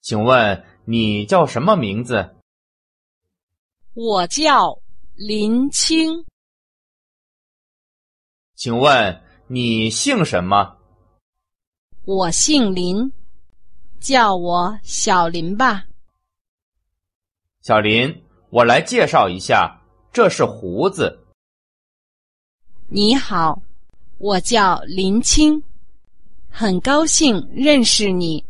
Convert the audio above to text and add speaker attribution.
Speaker 1: 请问你叫什么名字？
Speaker 2: 我叫林青，
Speaker 1: 请问你姓什么？
Speaker 2: 我姓林，叫我小林吧。
Speaker 1: 小林，我来介绍一下，这是胡子。
Speaker 2: 你好，我叫林青，很高兴认识你。